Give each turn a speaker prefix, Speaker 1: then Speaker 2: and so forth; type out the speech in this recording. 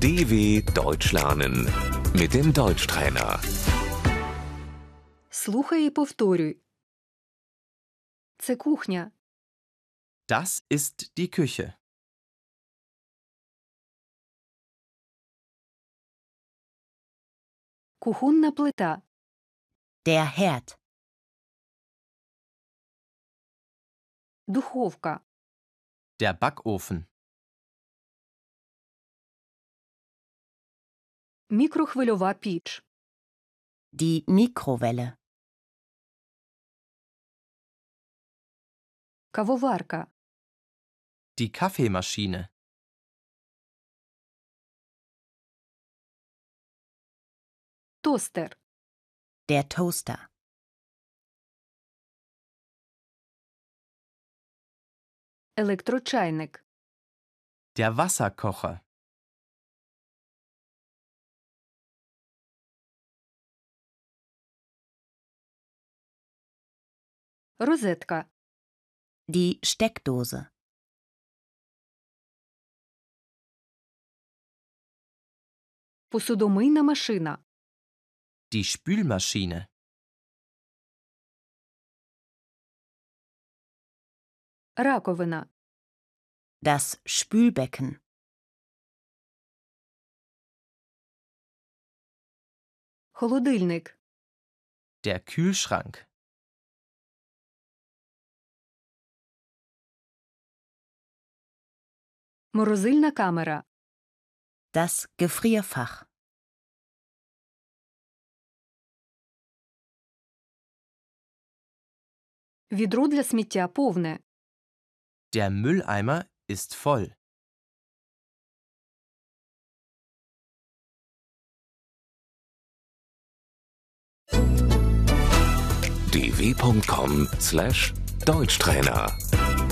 Speaker 1: DW Deutsch lernen mit dem Deutschtrainer.
Speaker 2: Слухай і повторюй. Це кухня.
Speaker 3: Das ist die Küche.
Speaker 2: Кухонна плита.
Speaker 4: Der Herd,
Speaker 2: Духовка.
Speaker 3: Der Backofen.
Speaker 2: Мікрохвильова піч.
Speaker 4: die Mikrowelle,
Speaker 2: Кавоварка.
Speaker 3: Die Kaffeemaschine.
Speaker 2: Тостер.
Speaker 4: der Toaster,
Speaker 2: Електрочайник.
Speaker 3: Der Wasserkocher.
Speaker 2: Розетка.
Speaker 4: die Steckdose,
Speaker 2: Посудомийна машина.
Speaker 3: Die Spülmaschine.
Speaker 2: Раковина.
Speaker 4: das Spülbecken,
Speaker 2: Холодильник.
Speaker 3: Der Kühlschrank.
Speaker 2: Морозильна камера.
Speaker 4: das Gefrierfach,
Speaker 2: Відро для сміття повне.
Speaker 3: Der Mülleimer ist voll.
Speaker 1: dw.com/deutschtrainer